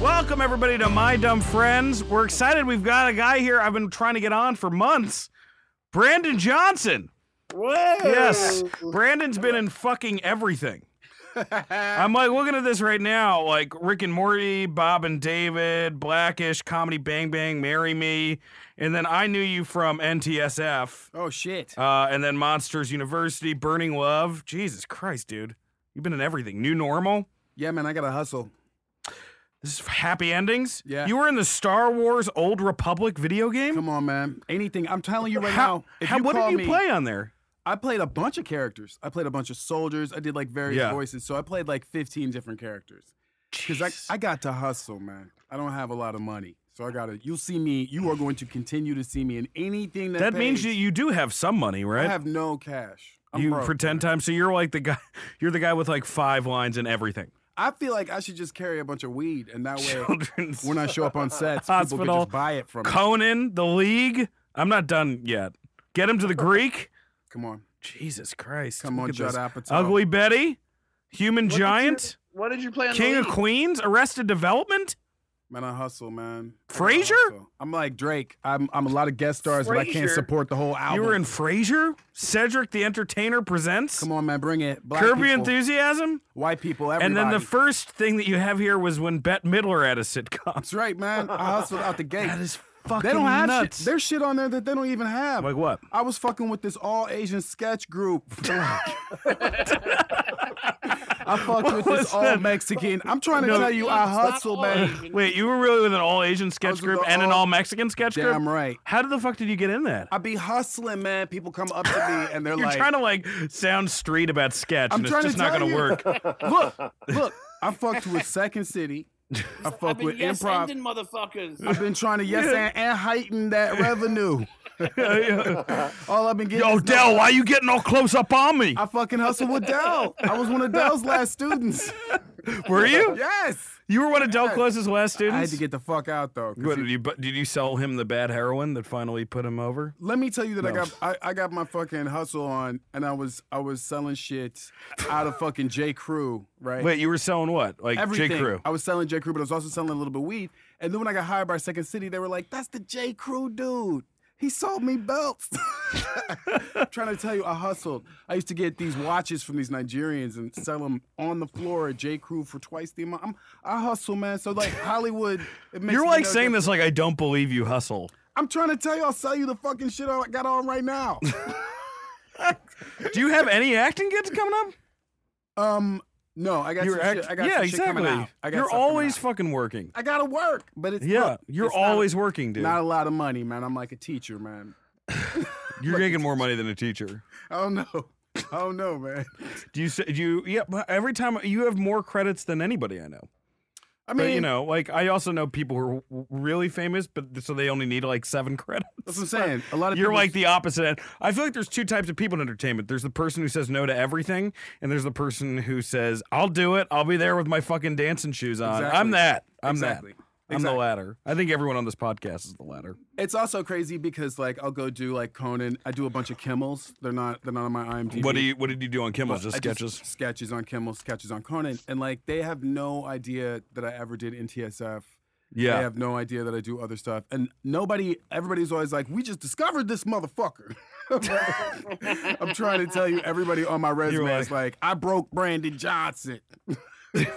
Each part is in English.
Welcome everybody to My Dumb Friends. We're excited. We've got a guy here I've been trying to get on for months. Brandon Johnson. Whoa. Yes. Brandon's been in fucking everything. I'm like looking at this right now, like Rick and Morty, Bob and David, Blackish, Comedy Bang Bang, Marry Me, and then I knew you from NTSF, Oh shit. uh, and then Monsters University, Burning Love. Jesus Christ, dude, you've been in everything. New Normal. Yeah, man, I gotta hustle. This is happy endings. Yeah. you were in the Star Wars Old Republic video game. Come on, man. Anything. I'm telling you right How, now. If how- you what call did you me, play on there? I played a bunch of characters. I played a bunch of soldiers. I did like various Yeah. voices. So I played like 15 different characters. Because I, I got to hustle, man. I don't have a lot of money. So I gotta you'll see me. You are going to continue to see me in anything that That means that pays. you do have some money, right? I have no cash. I'm you broke, for ten man. times. So you're like the guy. You're the guy with like five lines and everything. I feel like I should just carry a bunch of weed and that way Children's when I show up on sets, people can Hospital. just buy it from me. Conan, the League. I'm not done yet. Get him to the Greek. Come on. Jesus Christ. Come look on, at Judd this. Apatow. Ugly Betty, Human What did you- Giant, What did you play on King the of league? Queens, Arrested Development. Man, I hustle, man. I gotta Frasier? hustle. I'm like Drake. I'm I'm a lot of guest stars, but I can't Frasier? support the whole album. You were in Frasier, Cedric the Entertainer presents, Come on, man, bring it. Black Curb Your people, Enthusiasm, white people, everybody. and then the first thing that you have here was when Bette Midler had a sitcom. That's right, man. I hustled out the gate. That is fucking they don't have nuts. shit. There's shit on there that they don't even have. like what? I was fucking with this all Asian sketch group. I fucked with was this all that? Mexican. I'm trying to No. tell you, I It's not hustle, all man. Asian. Wait, you were really with an all Asian sketch with group the and an all- all Mexican sketch group? Damn right. How the fuck did you get in that? I be hustling, man. People come up to me and they're You're like, trying to like sound street about sketch, I'm and it's trying to just not tell gonna you. work. look, look. I fucked with Second City. I fucked I've been with yes improv. ending motherfuckers. I've been trying to yes and, and heighten that revenue. Yo, All I've been getting. is no- Dell, why you getting all close up on me? I fucking hustled with Dell. I was one of Dell's last students. Were you? Yes. You were one of Del Close's last I students. had to get the fuck out though. 'cause What, he- did you but did you sell him the bad heroin that finally put him over? let me tell you that I No. got I, I got my fucking hustle on, and I was I was selling shit out of fucking J Crew, right? Wait, you were selling what? Like Everything. J Crew. I was selling J Crew, but I was also selling a little bit of weed. And then when I got hired by Second City, they were like, "That's the J Crew dude. He sold me belts." trying to tell you, I hustled. I used to get these watches from these Nigerians and sell them on the floor at J Crew for twice the amount. I'm, I hustle, man. So like Hollywood, it makes You're me like no saying difference. this like I don't believe you hustle. I'm trying to tell you, I'll sell you the fucking shit I got on right now. Do you have any acting gigs coming up? um, no, I got You're some act- shit. I got yeah, some shit exactly. coming out. I got You're stuff coming always out. fucking working. I gotta work, but it's Yeah, look, you're it's not- always working, dude. Not a lot of money, man. I'm like a teacher, man. You're making more money than a teacher. I don't know. I don't know, man. Do you say do you yeah, but every time you have more credits than anybody I know. I mean, But you know, like I also know people who are w- really famous but so they only need like 7 credits. that's what I'm saying. A lot of You're people- like the opposite end. I feel like there's two types of people in entertainment. There's the person who says no to everything, and there's the person who says, I'll do it. I'll be there with my fucking dancing shoes on. I'm Exactly. that. I'm exactly. that. I'm the Exactly. latter. I think everyone on this podcast is the latter. It's also crazy because like I'll go do like Conan. I do a bunch of Kimmels. They're not they're not on my IMDb. What do you what did you do on Kimmel? but Just I sketches? sketches on Kimmel, sketches on Conan, and like they have no idea that I ever did NTSF. They yeah. have no idea that I do other stuff. And nobody, everybody's always like, we just discovered this motherfucker. I'm trying to tell you, everybody on my resume is like, I broke Brandon Johnson.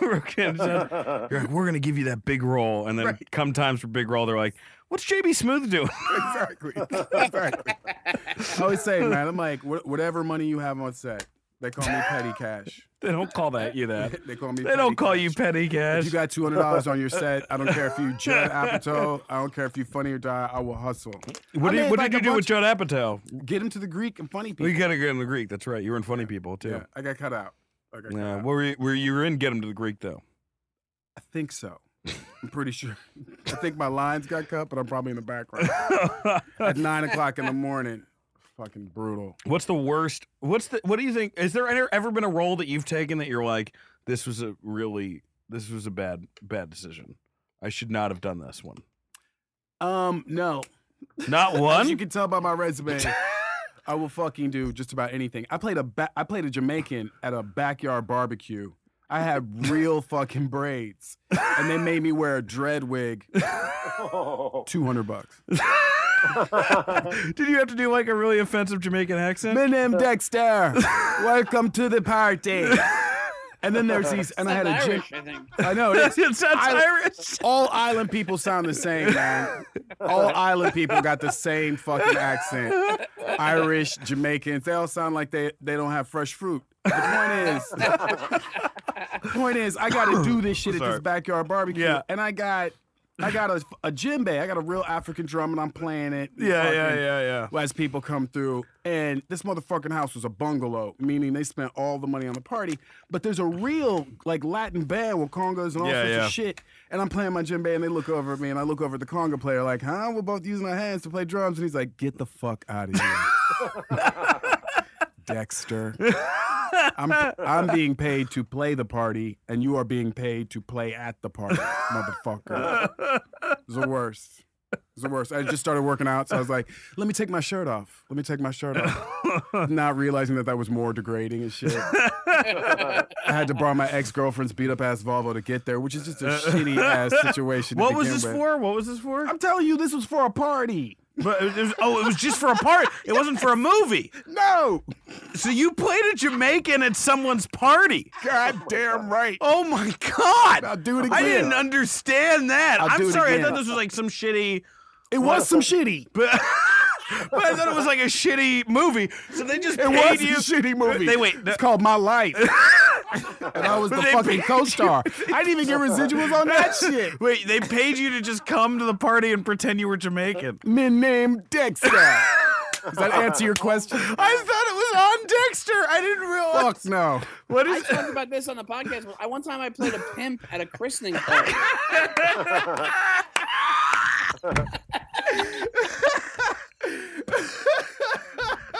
Rogan said- You're like, we're gonna give you that big role, and then Right. come times for big role, they're like, "What's JB Smooth doing?" exactly. exactly. I always say, man, I'm like, "Wha- whatever money you have on set, they call me petty cash. they don't call that you that. They call me. They petty don't call you cash. petty If cash. you got two hundred dollars on your set, I don't care if you Judd Apatow. I don't care if you funny or die. I will hustle. what I did, made what like did you a do with bunch- Judd Apatow? Get him to the Greek and funny people. We gotta get in the Greek. That's right. You were in Funny People too. yeah, I got cut out. I got cut Yeah, out. were you, were you were in Get Him to the Greek though? I think so. I'm pretty sure. I think my lines got cut, but I'm probably in the background at nine o'clock in the morning. Fucking brutal. What's the worst? What's the what do you think? Is there ever, ever been a role that you've taken that you're like, this was a really this was a bad bad decision. I should not have done this one. Um, no. Not As you one. can tell by my resume, I will fucking do just about anything. I played a ba- I played a Jamaican at a backyard barbecue. I had real fucking braids, and they made me wear a dread wig. Two hundred bucks. Did you have to do like a really offensive Jamaican accent? My name Dexter. Welcome to the party. And then there's these, and I had a gym. Irish, I think. I know. It's, it sounds I- Irish. all island people sound the same, man. All island people got the same fucking accent. Irish, Jamaicans, they all sound like they, they don't have fresh fruit. The point is, point is, I got to do this shit at Sorry. this backyard barbecue, Yeah. and I got, I got a, a djembe. I got a real African drum, and I'm playing it. Yeah, yeah, Fucking- yeah, yeah. as people come through. And this motherfucking house was a bungalow, meaning they spent all the money on the party. But there's a real like Latin band with congas and all Yeah, sorts yeah. of shit. And I'm playing my djembe, and they look over at me, and I look over at the conga player, like, "Huh? We're both using our hands to play drums." And he's like, "Get the fuck out of here." Dexter, I'm I'm being paid to play the party, and you are being paid to play at the party, motherfucker. It's the worst. It's the worst. I just started working out, so I was like, "Let me take my shirt off. Let me take my shirt off," not realizing that that was more degrading and shit. I had to borrow my ex girlfriend's beat up ass Volvo to get there, which is just a shitty ass situation. to What was begin this with. for? What was this for? I'm telling you, this was for a party. But it was, oh, it was just for a party. It wasn't for a movie. No, So you played a Jamaican at someone's party. god damn right. Oh my god! I'll do it again. I didn't understand that. I'll i do am it sorry. I again. thought this was like some shitty, It was some shitty. but, but I thought it was like a shitty movie. So they just It paid was you. a shitty movie. They- wait, It's the- called My Life. and I was the They fucking paid co-star. I didn't even get residuals on that shit. Wait, they paid you to just come to the party and pretend you were Jamaican. Men named Dexter. Does that answer your question? I thought it was on Dexter. I didn't realize. Fuck no. What I is? talked about this on the podcast. I one time I played a pimp at a christening party.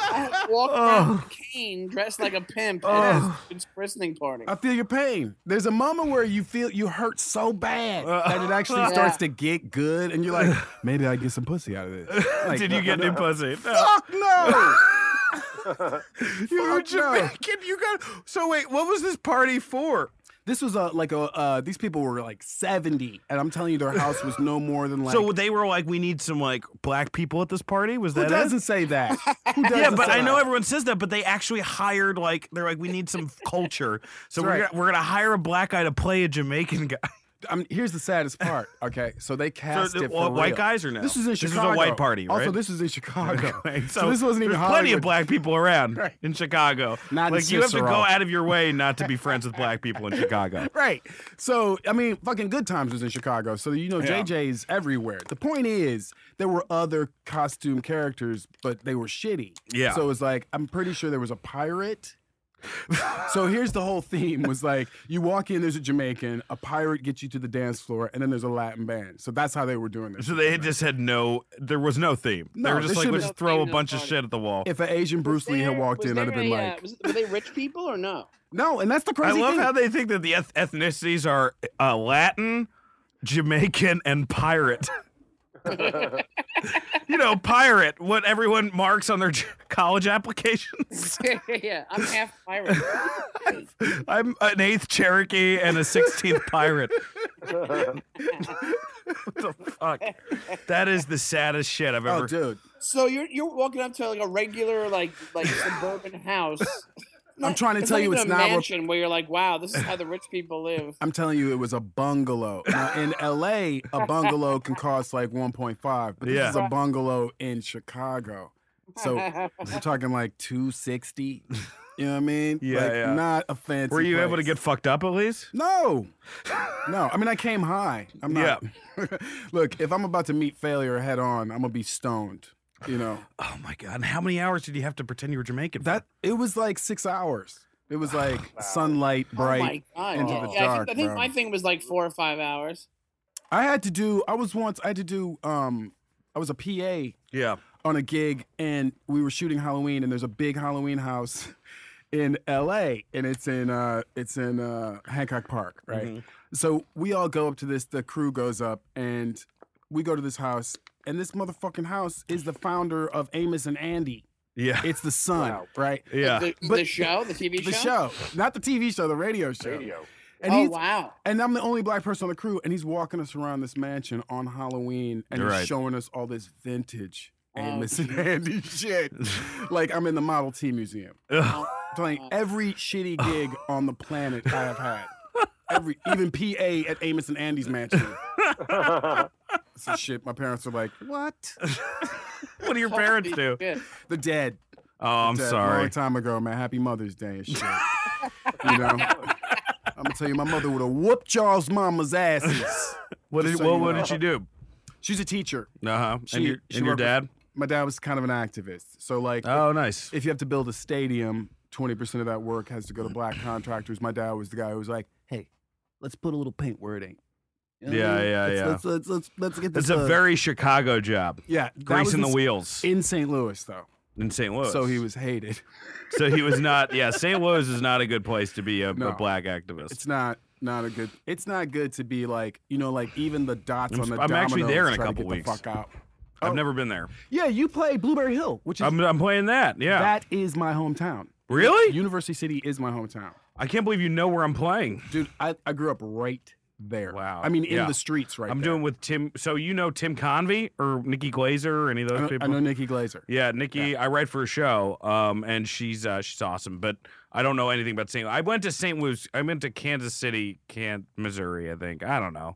I walked Oh. around with a cane dressed like a pimp at a dude's christening party. I feel your pain. There's a moment where you feel you hurt so bad Uh, that it actually Yeah. starts to get good, and you're like, maybe I get some pussy out of this. Like, Did you get new pussy? No. Fuck no. You were Fuck no. Jamaican. You got. So wait, what was this party for? This was a like a uh, these people were like 70, and I'm telling you, their house was no more than like. so they were like, we need some like black people at this party. Was Who that it? doesn't say that? Who doesn't Yeah, but say I know that? everyone says that, but they actually hired like they're like we need some culture, so That's we're right. gonna, we're gonna hire a black guy to play a Jamaican guy. I'm, here's the saddest part. Okay, so they So, cast the- it for white real. guys or no? This is in this Chicago. is a white party, right? Also, this is in Chicago. Okay, so, this wasn't even there's plenty of Hollywood. black people around Right. in Chicago. Not in like you have to Cicero. go out of your way not to be friends with black people in Chicago. Right. So, I mean, fucking Good Times was in Chicago. So, you know, Yeah. JJ's everywhere. The point is, there were other costume characters, but they were shitty. Yeah. So, it's like, I'm pretty sure there was a pirate. so here's the whole theme was like you walk in there's a Jamaican a pirate gets you to the dance floor and then there's a Latin band so that's how they were doing this So they had just had no, there was no theme. they No, were just there like, should let's be- just throw a No bunch of party. shit at the wall. if an Asian Bruce Lee had walked in I'd have been like were they rich people or no? No, and that's the I crazy love thing. how they think that the eth- ethnicities are uh, Latin, Jamaican, and pirate. you know, pirate, what everyone marks on their j- college applications. yeah, I'm half pirate. I'm an eighth Cherokee and a 16th pirate. what the fuck? That is the saddest shit I've ever. oh, dude, So you're you're walking up to like a regular like like suburban house. Not- trying to tell you even it's a not rep- mansion where you're like, wow, this is how the rich people live. I'm telling you, it was a bungalow. Now, in L.A., a bungalow can cost like 1.5, but this Yeah. is a bungalow in Chicago. So Oh we're talking like 260. You know what I mean? Yeah, like, yeah. Not a fancy. Were you able to place. get fucked up at least? No, no. I mean, I came high. I'm not. Look, if I'm about to meet failure head on, I'm gonna be stoned. You know Oh my god! And how many hours did you have to pretend you were Jamaican? for? that it was like six hours. It was like sunlight, bright. Oh my god! into yeah, the I dark, think, I think bro. my thing was like four or five hours. I had to do. I was once. I had to do. Um, I was a PA yeah. on a gig, and we were shooting Halloween, and there's a big Halloween house in L.A. and it's in uh, it's in uh, Hancock Park, right? Mm-hmm. So we all go up to this. The crew goes up, and we go to this house, and this motherfucking house is the founder of Amos and Andy. Yeah. It's the son, right? yeah. The, But- the show, the TV The show, not the TV show, the radio show. Radio. And oh he's wow! and I'm the only black person on the crew, and he's walking us around this mansion on Halloween, and You're he's right. showing us all this vintage Oh, Amos and Andy shit. like I'm in the Model T Museum, Ugh. playing every shitty gig on the planet I have had. Every even PA at Amos and Andy's mansion. Some shit. My parents are like, "What? what do your parents do? Yeah. The dead." Oh, I'm dead A long sorry. time ago, man. Happy Mother's Day and shit. you know, I'm gonna tell you, my mother would have whooped y'all's mama's asses. What did Just so what, you what know. did she do? She's a teacher. Uh huh. She- And your, she and your worked with- dad? My dad was kind of an activist, so like, Oh, nice. if you have to build a stadium, 20% of that work has to go to black contractors. My dad was the guy who was like, hey, let's put a little paint where it ain't. You know what I Yeah, mean? yeah, let's, yeah. Let's, let's, let's, let's get this. It's a uh, very Chicago job. yeah, that was Greasing the in- wheels In St. Louis, though. in St. Louis. So he was hated. So he was not. Yeah, St. Louis is not a good place to be a, a No. black activist. It's not not a good. It's not good to be like you know like even the dots I'm on the. sp- I'm actually dominoes there in a try to couple get weeks. the fuck out. I've oh. never been there. Yeah, you play Blueberry Hill, which is I'm, I'm playing that. Yeah. that is my hometown. really? University City is my hometown, I can't believe you know where I'm playing. dude. I, I grew up right there. Wow. I mean, in Yeah. the streets, right. I'm there. doing with Tim. So you know Tim Convey or Nikki Glazer or any of I those know, I people? know Nikki Glazer. Yeah, Nikki, I write for a show, um, and she's uh, she's awesome. But I don't know anything about St. I went to St. Louis. I went to Kansas City, Can Missouri. I think I don't know.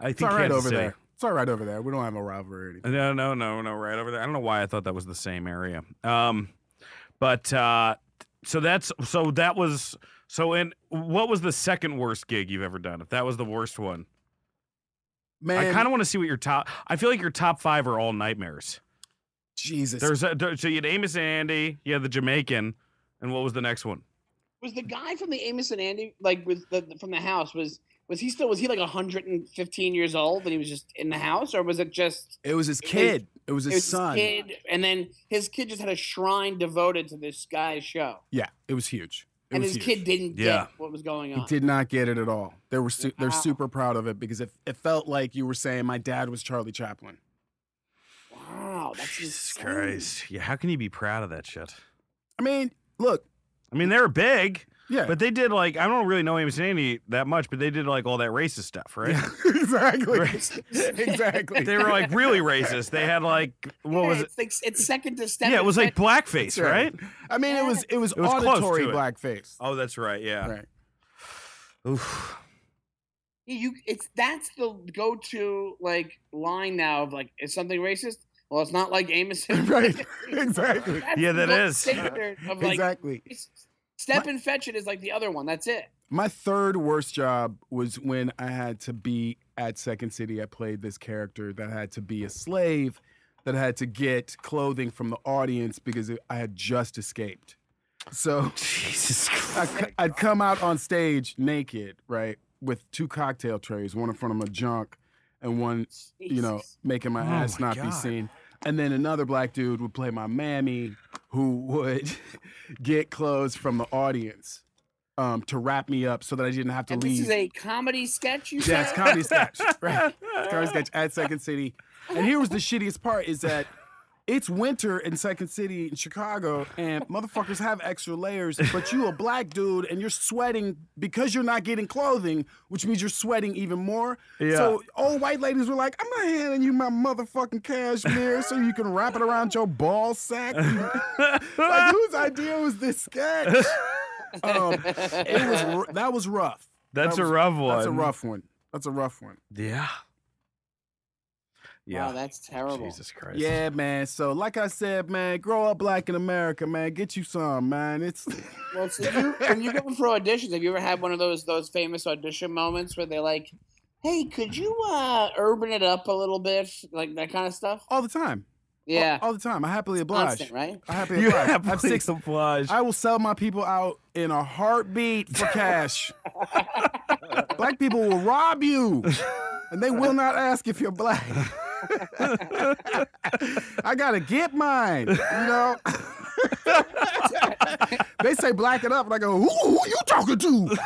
I It's think all right Kansas over City. there. It's all right over there. We don't have a rivalry. Or anything. No, no, no, no, right over there. I don't know why I thought that was the same area. Um, but uh, so that's so that was so. And what was the second worst gig you've ever done? If that was the worst one, Man, I kind of want to see what your top. I feel like your top five are all nightmares. Jesus. There's a, there, so you had Amos and Andy, you had the Jamaican, and what was the next one? Was the guy from the Amos and Andy like with the from the house was? Was he still was he like 115 years old and he was just in the house or was it just it was his was- kid. It was it his was son. his kid and then his kid just had a shrine devoted to this guy's show Yeah, it was huge. It and was his huge. kid didn't Yeah. get what was going He on. did not get it at all. They were su- they're Wow. super proud of it because it, it felt like you were saying my dad was Charlie Chaplin. Wow, Oh, that's Jesus insane. Christ! Yeah, how can you be proud of that shit? I mean, look, I mean, they're big, yeah, but they did like I don't really know Amos and Andy that much, but they did like all that racist stuff, right? Yeah, exactly, Right. exactly. they were like really racist. They had like what yeah, was it? It's like it's second to step. Yeah, it was like blackface, That's right. right? I mean, it was it was, It was close to auditory it. blackface. Oh, that's right. Yeah. Right. Oof. you. It's that's the go-to like line now of like is something racist? Well, it's not like Amos. and- Right, exactly. That's Yeah, that the gold is. standard Of like, exactly. it's- Step and fetch it is like the other one. That's it. My third worst job was when I had to be at Second City. I played this character that had to be a slave, that had to get clothing from the audience because I had just escaped. So Jesus I, Christ. would come out on stage naked, right, with two cocktail trays, one in front of my junk, and one, you know, Jesus. making my Oh ass my not be God. seen. And then another black dude would play my mammy, who would get clothes from the audience um, to wrap me up so that I didn't have to and leave. this is a comedy sketch. You yeah, it's said? comedy sketch, right? It's comedy sketch at Second City. And here was the shittiest part: is that. It's winter in Second City in Chicago, and motherfuckers have extra layers. But you a black dude, and you're sweating because you're not getting clothing, which means you're sweating even more. Yeah. So old white ladies were like, "I'm not handing you my motherfucking cashmere so you can wrap it around your ball sack." like whose idea was this sketch? Um, it was r- that was rough. That's That a was- rough one. That's a rough one. That's a rough one. Yeah. Wow, Yeah. that's terrible. Jesus Christ. Yeah, man. So, like I said, man, grow up black in America, man. Get you some, man. It's Well, so you, when you go for auditions, have you ever had one of those those famous audition moments where they're like, "Hey, could you uh urban it up a little bit, like that kind of Oh, stuff?" all the time. All- Yeah, all, the time. I happily oblige. constant, right? I happily You oblige. have I've six. oblige. I will sell my people out in a heartbeat for cash. black people will rob you, and they will not ask if you're black. I gotta get mine, you know. they say black it up, and I go, who, who you talking to?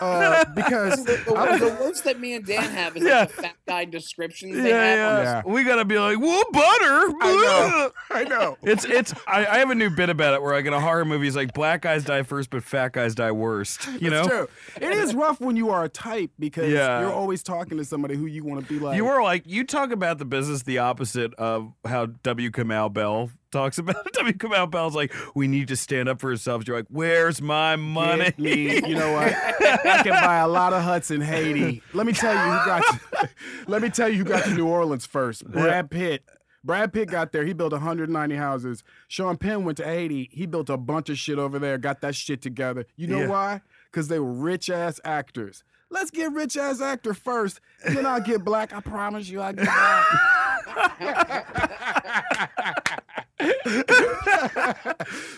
Uh, because The, I was- the worst that me and Dan have is Yeah. like the fat guy descriptions yeah, they have. on yeah. the- Yeah. We gotta be like, whoa, butter. I I know. It's it's I, I have a new bit about it where like in a horror movie it's like black guys die first but fat guys die worst. You know? It's true. It is rough when you are a type because Yeah. you're always talking to somebody who you want to be like. You were like you talk about the business the opposite of how W. Kamau Bell talks about it. W. Kamau Bell's like, we need to stand up for ourselves. You're like, where's my money? Give me- you know what? I can buy a lot of huts in Haiti. Let me tell you who got. To, let me tell you who got to New Orleans first. Brad Pitt. Brad Pitt got there. He built 190 houses. Sean Penn went to Haiti. He built a bunch of shit over there. Got that shit together. You know Yeah. why? Because they were rich ass actors. Let's get rich ass actor first, and then I'll get black. I promise you, I get black.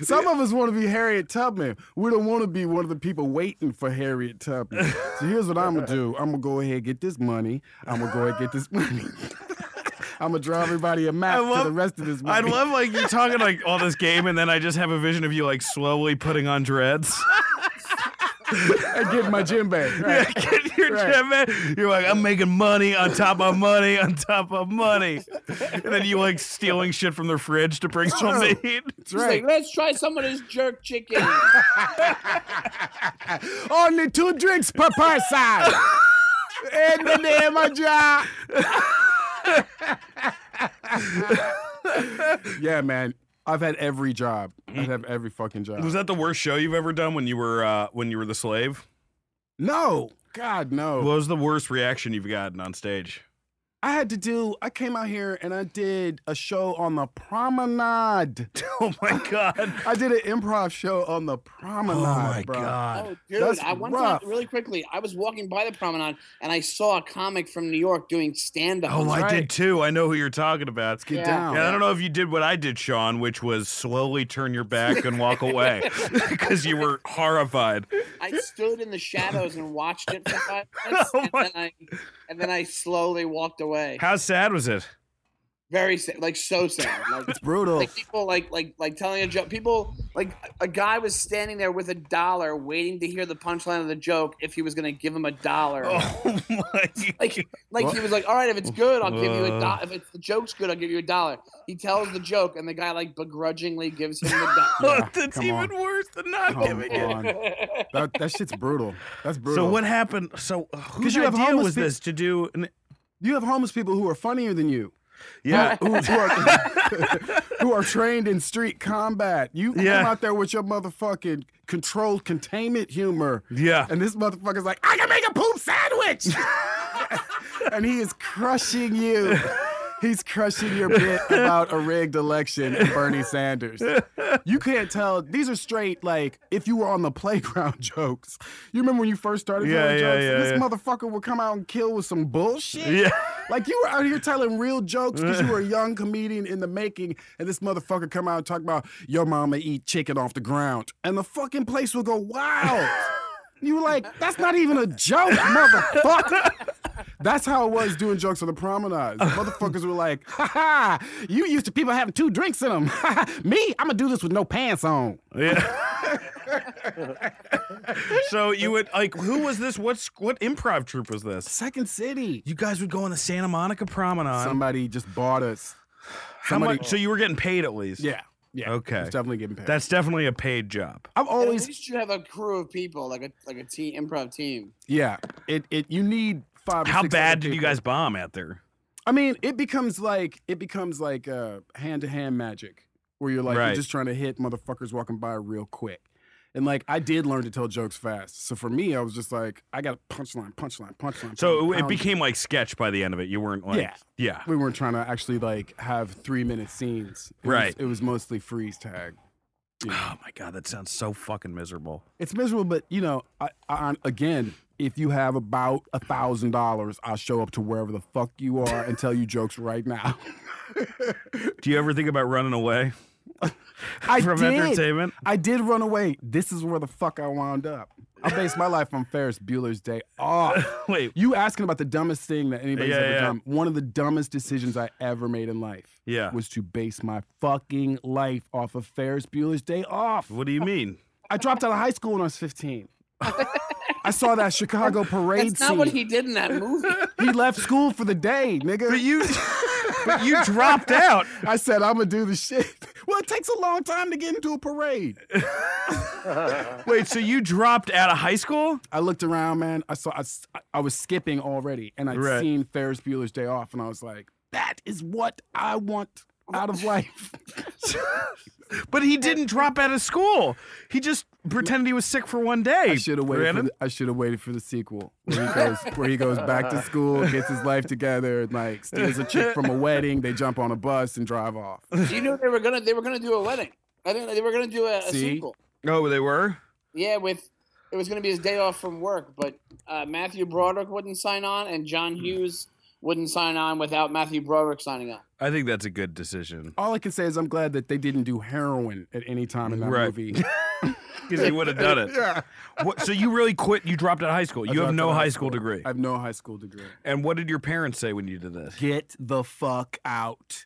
Some of us want to be Harriet Tubman. We don't want to be one of the people waiting for Harriet Tubman. So here's what I'm gonna do. I'm gonna go ahead and get this money. I'm gonna go ahead and get this money. I'm gonna draw everybody a map I love- for the rest of this I money. love like you're talking like all this game and then I just have a vision of you like slowly putting on dreads. and get my gym bag. Yeah, Right. get your Right. gym in. You're like, I'm making money on top of money on top of money. And then you like stealing shit from their fridge to bring some meat. Oh, That's She's right. like, let's try some of this jerk chicken. Oh, Only two drinks per person. In the name of Jah. yeah, man. I've had every job. I have every fucking job. Mm. Was that the worst show you've ever done when you were uh, when you were the slave? No, God, no. What was the worst reaction you've gotten on stage? I had to do. I came out here and I did a show on the promenade. Oh my god. I did an improv show on the promenade. bro. Oh, dude, That's I one rough. time really quickly, I was walking by the promenade and I saw a comic from New York doing stand up. Oh, I right. did too. I know who you're talking about. Get Yeah. down. And I don't know if you did what I did, Sean, which was slowly turn your back and walk away because you were horrified. I stood in the shadows and watched it for five minutes, Oh and, my- then I, and then I slowly walked away. How sad was it? Very sad, like so sad. Like, It's brutal. like people, like like like telling a joke. People, like a guy was standing there with a dollar, waiting to hear the punchline of the joke if he was going to give him a dollar. Oh my Like, like he was like, "All right, if it's good, I'll give you a dollar. If it's, the joke's good, I'll give you a dollar." He tells the joke, and the guy like begrudgingly gives him the dollar. Yeah, That's come even on. worse than not Come giving it. on. That, that shit's brutal. That's brutal. So what happened? So uh, whose you have idea homeless was peop- this to do? An, You have homeless people who are funnier than you. Who, who are, who are trained in street combat. You Yeah. come out there with your motherfucking controlled containment humor. yeah. And this motherfucker's like, I can make a poop sandwich. and he is crushing you. He's crushing your bit about a rigged election and Bernie Sanders. You can't tell. These are straight, like, if you were on the playground jokes. You remember when you first started Yeah, telling yeah, jokes? yeah, this yeah. motherfucker would come out and kill with some bullshit. Yeah. Like, you were out here telling real jokes because you were a young comedian in the making, and this motherfucker come out and talk about your mama eat chicken off the ground. And the fucking place will go wild. You were like, that's not even a joke, motherfucker. That's how it was doing jokes on the promenade. The motherfuckers were like, ha ha, you used to people having two drinks in them. Me, I'm gonna do this with no pants on. Yeah. so you would like who was this? What's what improv troupe was this? Second City. You guys would go on the Santa Monica Promenade. Somebody just bought us. How somebody- much? So you were getting paid at least. Yeah. Yeah. Okay. It's definitely getting paid. That's definitely a paid job. I've At always least you have a crew of people, like a like a team, improv team. yeah. It it you need five. or How six bad other did you people. guys bomb out there? I mean, it becomes like it becomes like uh hand to hand magic where you're like Right. you're just trying to hit motherfuckers walking by real quick. And like I did learn to tell jokes fast. So for me, I was just like, I got a punchline, punchline, punchline. So pound, it, it pound. became like sketch by the end of it. You weren't like Yeah. yeah. we weren't trying to actually like have three minute scenes. It was- Right. it was mostly freeze tag. Oh my god, that sounds so fucking miserable. It's miserable, but you know, I, I, again, if you have about a thousand dollars, I'll show up to wherever the fuck you are and tell you jokes right now. Do you ever think about running away? I from did. entertainment. I did run away. This is where the fuck I wound up. I based my life on Ferris Bueller's Day Off. Wait, You asking about the dumbest thing that anybody's Yeah, ever yeah. done? One of the dumbest decisions I ever made in life yeah. was to base my fucking life off of Ferris Bueller's Day Off. What do you mean? I dropped out of high school when I was 15. I saw that Chicago parade That's scene. not what he did in that movie. He left school for the day, nigga. But you, but you dropped out. I said, I'm gonna do the shit. Well, it takes a long time to get into a parade. Wait, so you dropped out of high school? I looked around, man. I saw I, s- I was skipping already, and I'd Right. seen Ferris Bueller's Day Off, and I was like, that is what I want out of life. But he didn't drop out of school. He just pretended he was sick for one day. I should have waited. For Brandon. the, I should have waited for the sequel where he goes where he goes back to school, gets his life together, and like steals a chick from a wedding. They jump on a bus and drive off. you knew they were gonna they were gonna do a wedding. I think they were gonna do a, a See? sequel. oh, they were. Yeah, with it was gonna be his day off from work, but uh, Matthew Broderick wouldn't sign on, and John Hmm. Hughes wouldn't sign on without Matthew Broderick signing on. I think that's a good decision All I can say is I'm glad that they didn't do heroin at any time in that Right. movie. because he would have done it. yeah. What, so you really quit? You dropped out of high school. I You have dropped out no of high school degree. I have no high school degree. And what did your parents say when you did this? Get the fuck out.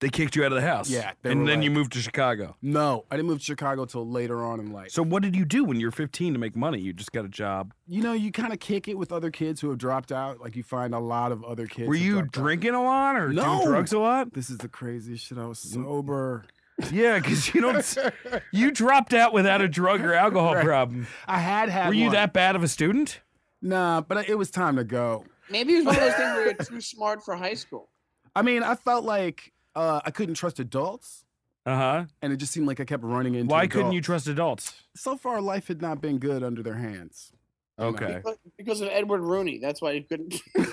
They kicked you out of the house. Yeah, they And were then you like- moved to Chicago. No, I didn't move to Chicago till later on in life. So what did you do when you were 15 to make money? You just got a job. you know, you kind of kick it with other kids who have dropped out. Like you find a lot of other kids. were who've you dropped out. drinking a lot or No. doing drugs a lot? This is the craziest shit. I was sober. Yeah, because you don't. you dropped out without a drug or alcohol problem. I had had. Were you one. that bad of a student? Nah, but I- it was time to go. Maybe it was one of those things where you're too smart for high school. I mean, I felt like uh, I couldn't trust adults, Uh huh. and it just seemed like I kept running into. Why couldn't you adults. trust adults? so far, life had not been good under their hands. Okay. But because of Edward Rooney, that's why you couldn't.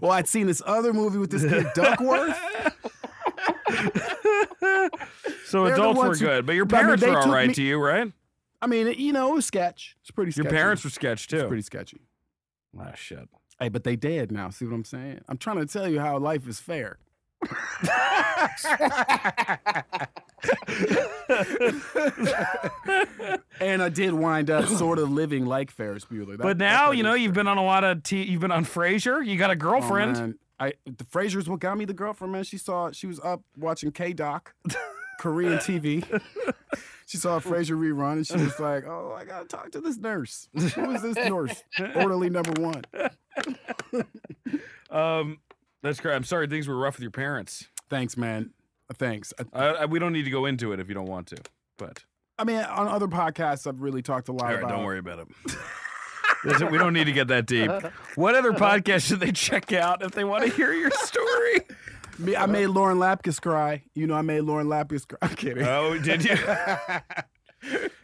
Well, I'd seen this other movie with this kid Duckworth. so They're the adults were ones who- good, but your I mean, parents they were all took right me- to you, right? I mean, it- you know, it was sketch. It's pretty. Your sketchy. parents were sketch It's too. pretty sketchy. oh shit. Hey, but they dead now. See what I'm saying? I'm trying to tell you how life is fair. and I did wind up sort of living like Ferris Bueller. That- But that's now what you it know is. you've been on a lot of t- you've been on Frasier. You got a Oh, girlfriend. man. I the Frasier's what got me the girlfriend, man. She saw she was up watching K Doc, Korean TV. She saw a Frasier rerun and she was like, "Oh, I gotta talk to this nurse. Who is this nurse? Orderly number one." um, that's great. I'm sorry things were rough with your parents. Thanks, man. Uh, Thanks. I, I, I, we don't need to go into it if you don't want to. But I mean, on other podcasts, I've really talked a lot all right, about. don't worry about it. Listen, we don't need to get that deep. What other podcast should they check out if they want to hear your story? Me, I made Lauren Lapkus cry. You know, I made Lauren Lapkus cry. I'm kidding. Oh, did you?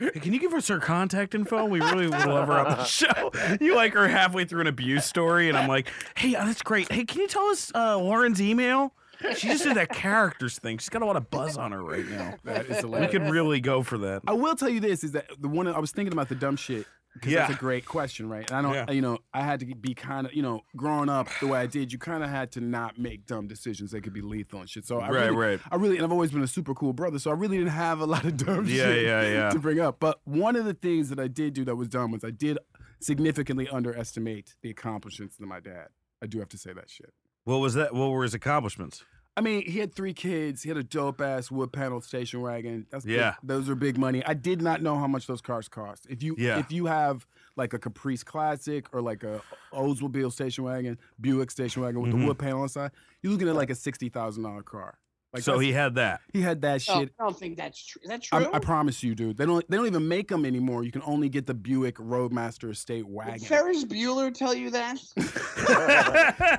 Hey, Can you give us her contact info? We really would love her on the show. You like her halfway through an abuse story, and I'm like, hey, uh, that's great. Hey, can you tell us uh, Lauren's email? She just did that characters thing. She's got a lot of buzz on her right now. that is We hilarious. could really go for that. I will tell you this: is that the one I was thinking about the dumb shit because Yeah. that's a great question, right? And I don't, Yeah. you know, I had to be kind of, you know, growing up the way I did, you kind of had to not make dumb decisions that could be lethal and shit. So Oh, I Right, really, right. I really, and I've always been a super cool brother, so I really didn't have a lot of dumb Yeah, shit yeah, yeah. to bring up. But one of the things that I did do that was dumb was I did significantly underestimate the accomplishments of my dad. I do have to say that shit. What was that? What were his accomplishments? I mean, he had three kids. He had a dope ass wood paneled station wagon. That's big- Yeah. those are big money. I did not know how much those cars cost. If you Yeah. if you have like a Caprice Classic or like a Oldsmobile station wagon, Buick station wagon with Mhm. the wood panel inside, you're looking at like a sixty thousand dollar car. Like so that's- he had that. he had that No, I shit. don't think that's true. Is that Oh, true? I, I promise you, dude. They don't they don't even make them anymore. You can only get the Buick Roadmaster Estate Did wagon. Ferris Bueller tell you that?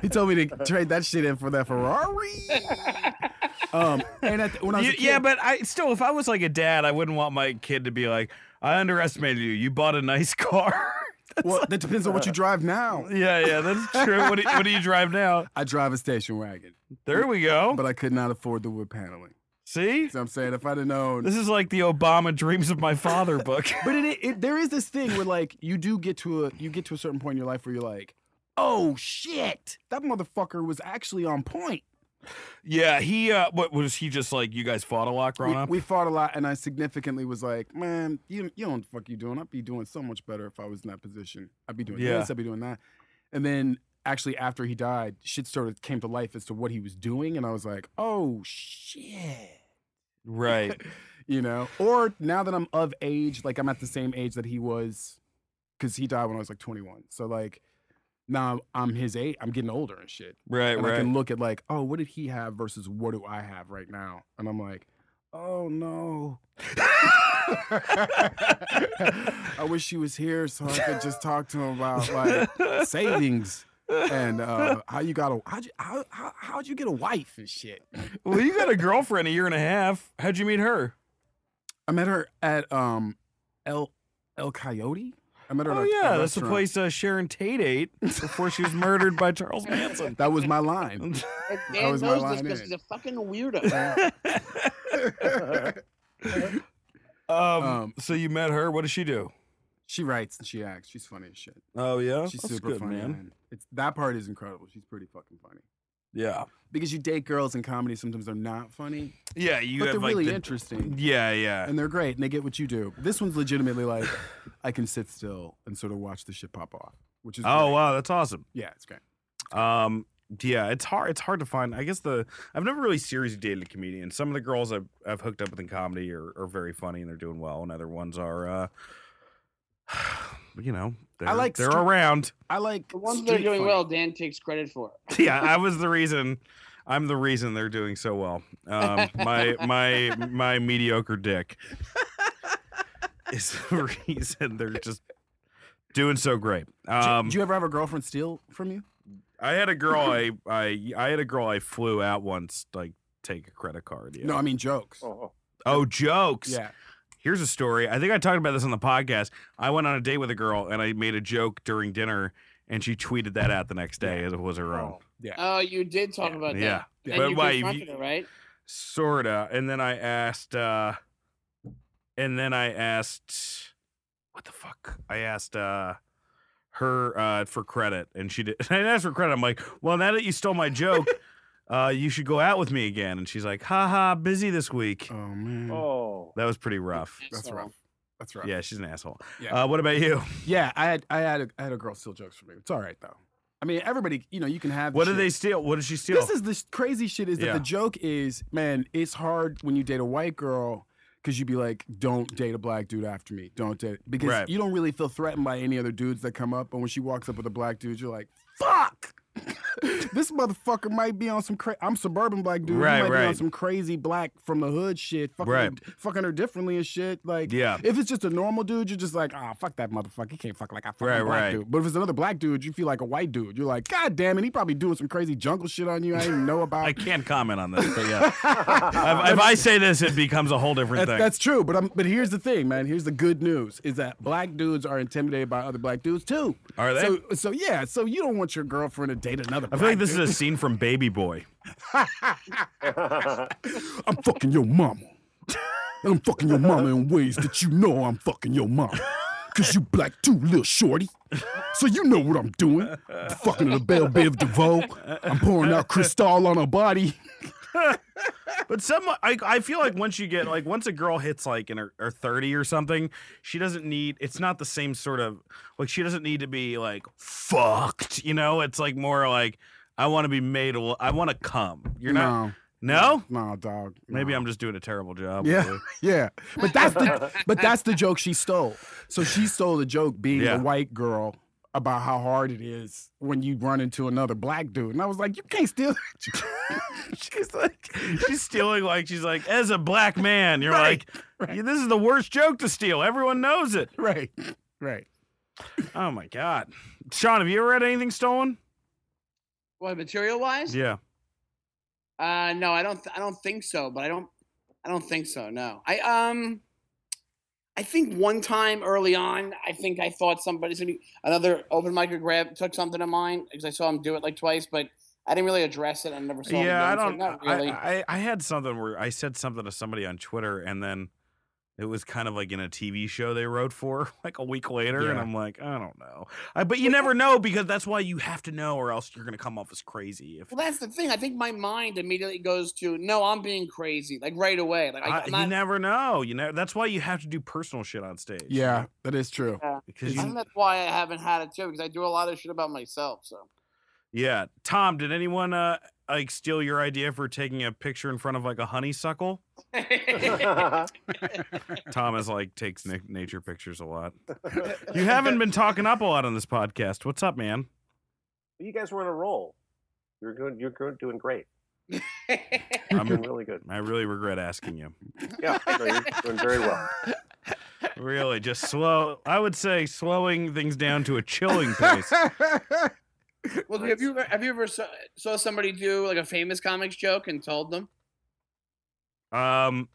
he told me to trade that shit in for that Ferrari. um, and at the, when I was a You- yeah, kid- but I still, if I was like a dad, I wouldn't want my kid to be like, I underestimated you. You bought a nice car. well, that depends on what you drive now. yeah, yeah, that's true. What do, what do you drive now? I drive a station wagon, There we go. but I could not afford the wood paneling. See? So I'm saying if I'd have known. This is like the Obama Dreams of My Father book. But it, it there is this thing where like you do get to a you get to a certain point in your life where you're like, oh shit, that motherfucker was actually on point. Yeah, he uh what was he just like you guys fought a lot growing we, up? we fought a lot, and I significantly was like, "Man, you you don't fuck you doing. I'd be doing so much better if I was in that position. I'd be doing Yeah. this. I'd be doing that." And then actually, after he died, shit sort of came to life as to what he was doing, and I was like, "Oh shit." right. you know or now that i'm of age like i'm at the same age that he was because he died when i was like 21 so like now i'm his age i'm getting older and shit Right, and i right. can look at like oh what did he have versus what do i have right now and i'm like oh no i wish he was here so i could just talk to him about like savings and uh, how you got a how'd you, how, how, how'd you get a wife and shit well, you got a girlfriend a year and a half. How'd you meet her? I met her at um El El Coyote. I met her. Oh at a, a yeah, that's the restaurant. place uh, Sharon Tate ate before she was murdered by Charles Manson. That was my line. And That Dan was my knows this line because in. he's a fucking weirdo. um, so you met her. What does she do? she writes and she acts. She's funny as shit. Oh yeah, She's That's super good, funny. man. It's that part is incredible. She's pretty fucking funny. Yeah, Because you date girls in comedy, sometimes they're not funny, yeah. You but have they're like really the- interesting yeah, yeah. and they're great and they get what you do. This one's legitimately like I can sit still and sort of watch the shit pop off, which is Oh great. wow, that's awesome. yeah, it's great. Um, yeah, it's hard. It's hard to find. I guess the I've never really seriously dated a comedian. Some of the girls I've, I've hooked up with in comedy are, are very funny and they're doing well, and other ones are, uh, you know, they're, like they're str- around. I like The ones that are street doing funny. well, Dan takes credit for. yeah, I was the reason. I'm the reason they're doing so well. Um, my my my mediocre dick is the reason they're just doing so great. Did you- Um, did you ever have a girlfriend steal from you? I had a girl. I, I I had a girl. I flew out once. Like take a credit card. Yeah. No, I mean jokes. oh, jokes. Yeah. Here's a story. I think I talked about this on the podcast. I went on a date with a girl and I made a joke during dinner, and she tweeted that out the next day as it was her own. Yeah. Oh, you did talk about that. Yeah. And But you why- confronted her, right? sorta and then i asked uh and then i asked what the fuck i asked uh her uh for credit and she did and i asked for credit i'm like well now that you stole my joke uh you should go out with me again and she's like haha busy this week Oh man. Oh. that was pretty Hmm. rough That's Asshole. rough. That's right. yeah she's an asshole Yeah. uh what about you Yeah, I had I had a, I had a girl steal jokes from me. It's all right though. I mean, everybody, you know, you can have. what shit. did they steal what did she steal This is the crazy shit. Is that Yeah. the joke is, man, it's hard when you date a white girl because you'd be like, don't date a black dude after me. Don't date because Right. you don't really feel threatened by any other dudes that come up. But when she walks up with a black dude, you're like, fuck. this motherfucker might be on some cra- I'm suburban black dude. He Right, might be on right. some crazy black from the hood shit. Fucking, Right. fucking her differently and shit. Like, Yeah. if it's just a normal dude, you're just like, ah, fuck that motherfucker. He can't fuck like I fuck Right, a black right. dude. But if it's another black dude, you feel like a white dude. You're like, God damn it, he probably doing some crazy jungle shit on you I didn't know about. i can't comment on this but yeah if, if i say this it becomes a whole different That's, thing that's true, but I'm, but here's the thing, man. Here's the good news is that black dudes are intimidated by other black dudes too. Are they? So, so yeah. So you don't want your girlfriend to date another. i feel like this is a scene from baby boy I'm fucking your mama. And I'm fucking your mama in ways that you know I'm fucking your mama. Cause you black too, little shorty. So you know what I'm doing. I'm fucking the Belle Biv DeVoe. I'm pouring out Cristal on her body. But some, I, I feel like once you get like once a girl hits like in her, her thirty or something, she doesn't need. It's not the same sort of like she doesn't need to be like fucked. You know, it's like more like I want to be made. al- I want to come. You're not. No. No, no dog. Maybe I'm just doing a terrible job. Yeah, really. yeah, but that's the but that's the joke she stole. So she stole the joke being Yeah. a white girl about how hard it is when you run into another black dude, and I was like, you can't steal. she's like, she's stealing. Like she's like, as a black man, you're like, "Yeah, this is the worst joke to steal. Everyone knows it. right, right. Oh my god, Sean, have you ever had anything stolen? What material wise? Yeah. Uh, no, I don't. Th- I don't think so. But I don't. I don't think so. No. I um. I think one time early on, I think I thought somebody's gonna be another open mic or grab took something of mine because I saw him do it like twice, but I didn't really address it. I never saw him. yeah, I again, so don't. not really. I, I I had something where I said something to somebody on Twitter, and then It was kind of like in a TV show they wrote for like a week later, and Yeah. I'm like, I don't know. I, but you never know because that's why you have to know, or else you're gonna come off as crazy. If Well, that's the thing. I think my mind immediately goes to no, I'm being crazy, like right away. Like I, I- am you not. never know, you know. That's why you have to do personal shit on stage. you Yeah, know, that is true. because I you, think that's why I haven't had it too, because I do a lot of shit about myself. So yeah. Tom, did anyone uh like steal your idea for taking a picture in front of like a honeysuckle? Thomas like takes na- nature pictures a lot. You haven't been talking up a lot on this podcast. What's up, man? you guys were on a roll. You're doing you're go- doing great. You're doing I'm, really good. I really regret asking you. Yeah, no, you're doing very well. Really, just slow. I would say slowing things down to a chilling pace. well, have you ever, have you ever saw, saw somebody do like a famous comics joke and told them? Um,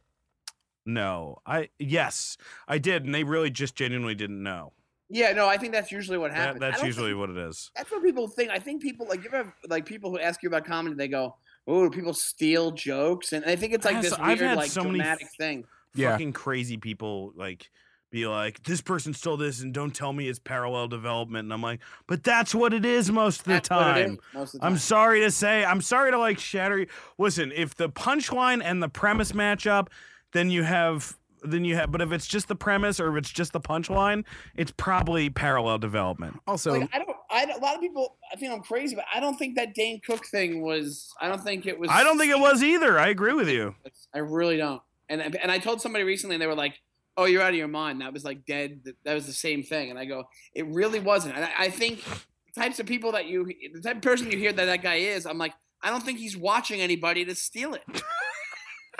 no, I yes, I did, and they really just genuinely didn't know. Yeah, no, I think that's usually what That, happens. I that's don't usually think- what it is. that's what people think. I think people like you ever have, like people who ask you about comedy, they go, "Oh, do people steal jokes," and I think it's like Yes, this I've weird, had like so many dramatic f- thing. Yeah. Fucking crazy people like be like, this person stole this, and don't tell me it's parallel development. And I'm like, but that's what it is most of the That's what it time. is most of the I'm time. sorry to say, I'm sorry to like shatter you. Listen, if the punchline and the premise match up, then you have then you have but if it's just the premise or if it's just the punchline, it's probably parallel development. Also, like, I don't. I don't- a lot of people. I think I'm crazy, but I don't think that Dane Cook thing was. I don't think it was. I don't think it was either. I agree with you. I really don't. And and I told somebody recently, and they were like, "Oh, you're out of your mind." That was like dead. That- That was the same thing. And I go, "It really wasn't." And I, I think the types of people that you, the type of person you hear that that guy is, I'm like, I don't think he's watching anybody to steal it.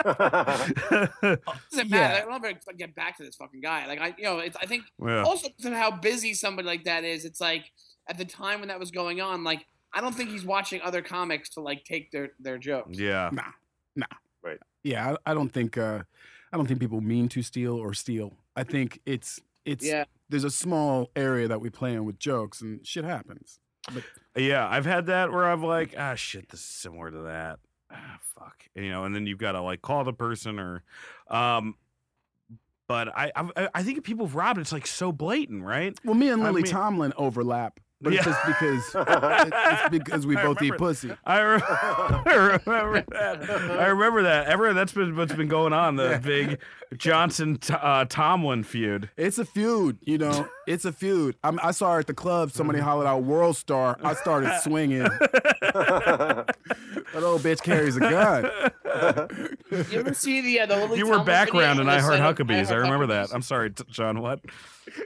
it doesn't matter. Yeah. I don't ever get back to this fucking guy. Like I, you know, it's, I think Yeah. also to how busy somebody like that is. It's like at the time when that was going on, like I don't think he's watching other comics to like take their their jokes. Yeah. yeah, I, I don't think uh, I don't think people mean to steal or steal. I think it's it's Yeah, there's a small area that we play in with jokes, and shit happens. Yeah. I've had that where I'm like, ah shit, this is similar to that. Ah, fuck. And, you know, and then you've got to like call the person or um but I, I I think if people have robbed, it's like so blatant, right? Well, me and I Lily mean- Tomlin overlap, but it's Yeah. just because it- it's because we I both eat remember pussy. I re- I remember that. I remember that. Ever that's been what's been going on the big Johnson T- uh, Tomlin feud. It's a feud, you know. It's a feud. I'm, I saw her at the club. Somebody hollered out "World Star." I started swinging. that old bitch carries a gun. you ever see the uh, the Lily you were Tomlin video background and where I they Heart said, Huckabees. I remember that. Huckabees"? I'm sorry, t- John. What?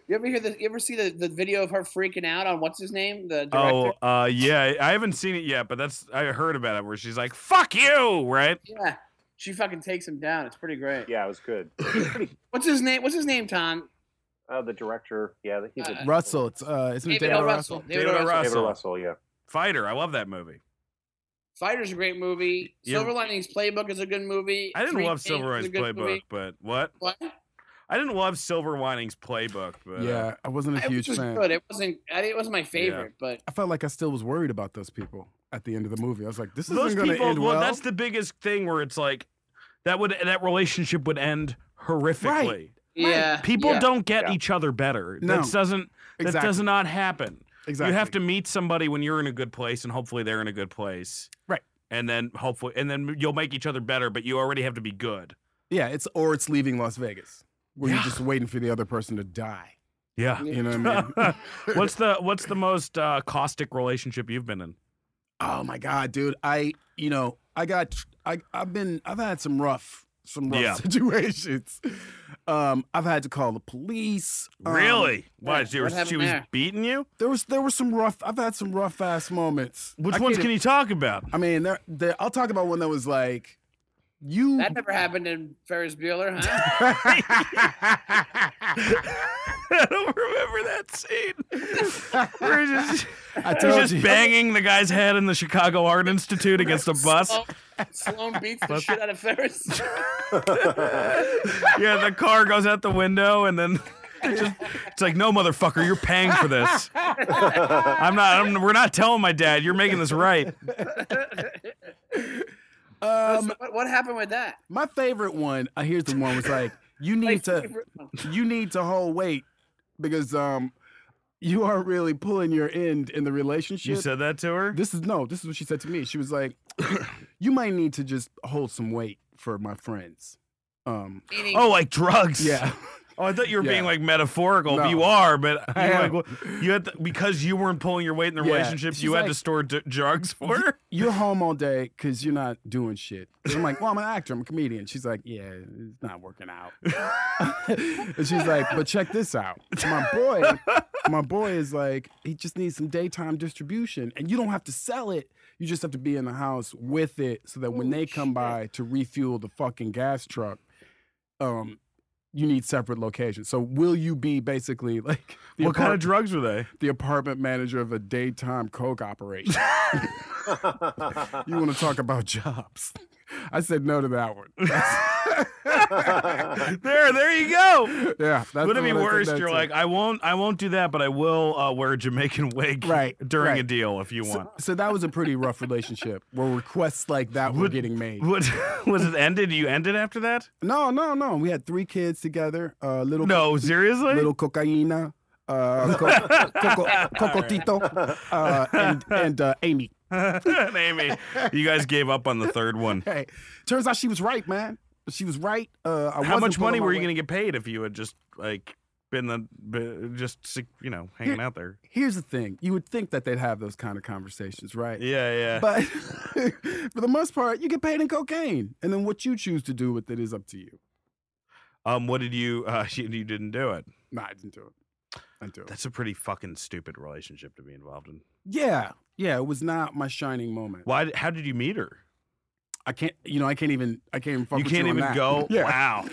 You ever hear the? You ever see the, the video of her freaking out on what's his name? The director. Oh, uh, yeah. I haven't seen it yet, but that's I heard about it where she's like, "Fuck you," right? Yeah, she fucking takes him down. It's pretty great. yeah, it was good. What's his name? What's his name? Tom. Uh, the director, yeah, he's a, Uh, Russell, it's uh, isn't it David David O. O. Russell. Russell? David David O. O. Russell. David Russell. Russell, yeah. Fighter. I love that movie. Fighter's a great movie. Yeah. Silver Linings Playbook is a good movie. I didn't Three love Kings Silver is a Linings good Playbook, movie. but what? What? I didn't love Silver Linings Playbook, but uh, Yeah, I wasn't a It was huge just fan. good. It wasn't. I- It wasn't my favorite, but I felt like I still was worried about those people at the end of the movie. I was like, this those isn't going to people end well, well. that's the biggest thing where it's like that would that relationship would end horrifically yeah. people yeah. don't get Yeah. each other better No. that doesn't that exactly. does not happen exactly. you have to meet somebody when you're in a good place and hopefully they're in a good place Right. and then hopefully and then you'll make each other better but you already have to be good Yeah, it's or it's leaving Las Vegas where Yeah. you're just waiting for the other person to die. yeah You know what I mean? what's the what's the most uh, caustic relationship you've been in oh my god, dude! I you know I got I I've been I've had some rough some rough Yeah. situations. Um, I've had to call the police. Um, really why yeah, she what was, she happened was there? beating you There was there were some rough. I've had some rough ass moments. which I ones can't- e, can you talk about I mean, there, there, I'll talk about one that was like, you. That never happened in Ferris Bueller, huh? I don't remember that scene. We're just, I we're told just you. banging the guy's head in the Chicago Art Institute against a bus. Sloan, Sloan beats the shit out of Ferris. Yeah, the car goes out the window, and then it just, it's like, no, motherfucker, you're paying for this. I'm not. I'm, we're not telling my dad. You're making this right. Um, So what, what happened with that? My favorite one, uh, here's the one, was like, You My need to favorite one. you need to hold weight because um you aren't really pulling your end in the relationship. You said that to her? this is no, this is what she said to me. She was like, You might need to just hold some weight for my friends. Um Meaning- Oh, like drugs. yeah. Oh, I thought you were being Yeah. like metaphorical. but No. You are, but I you're am. like, well, you had to, because you weren't pulling your weight in the Yeah. relationship. She's You had to like- store d- drugs for her. You're home all day because you're not doing shit. And I'm like, well, I'm an actor, I'm a comedian. She's like, yeah, it's not working out. and she's like, but check this out. My boy, my boy is like, he just needs some daytime distribution, and you don't have to sell it. You just have to be in the house with it, so that when Holy they come shit. by to refuel the fucking gas truck, um, you need separate locations. So will you be basically like the, What kind of apart- drugs were they? the apartment manager of a daytime coke operation? You want to talk about jobs? I said no to that one. There, there you go. yeah, that's Would it be the one I said worse? no You're to. like, I won't, I won't do that, but I will uh, wear a Jamaican wig Right, during a right. deal if you want. So, so that was a pretty rough relationship where requests like that were Would- getting made. What was it ended? You ended after that? No, no, no. We had three kids together. Uh, little No, seriously. little cocaina, uh, co- coco, cocotito, uh, and and uh, Amy. And Amy, you guys gave up on the third one. Hey, turns out she was right, man. She was right. Uh, I How wasn't much money pulling my were you weight. going to get paid if you had just like been the be- just si- you know hanging out there? Here's the thing: you would think that they'd have those kind of conversations, right? Yeah, yeah. But for the most part, you get paid in cocaine, and then what you choose to do with it is up to you. um, what did you? Uh, you, you didn't do it. Nah, I didn't do it. I didn't do it. That's a pretty fucking stupid relationship to be involved in. Yeah, yeah. It was not my shining moment. Why? How did you meet her? I can't, you know, I can't even, I can't even. Fuck you with can't on even that. go. Yeah. Wow.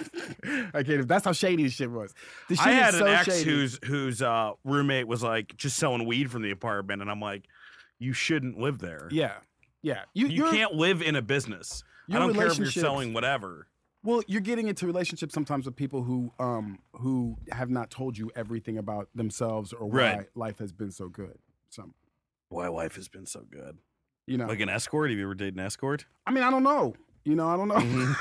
I can't. even- That's how shady this shit was. The shit I had is an so ex shady. whose whose uh, roommate was like just selling weed from the apartment, and I'm like, you shouldn't live there. Yeah, yeah. You, you your- can't live in a business. I your don't care if you're relationships- selling whatever. Well, you're getting into relationships sometimes with people who, um, who have not told you everything about themselves or why Right. life has been so good. So, Boy, life has been so good. you know, Like an escort. Have you ever dated an escort? I mean, I don't know. You know, I don't know. Mm-hmm.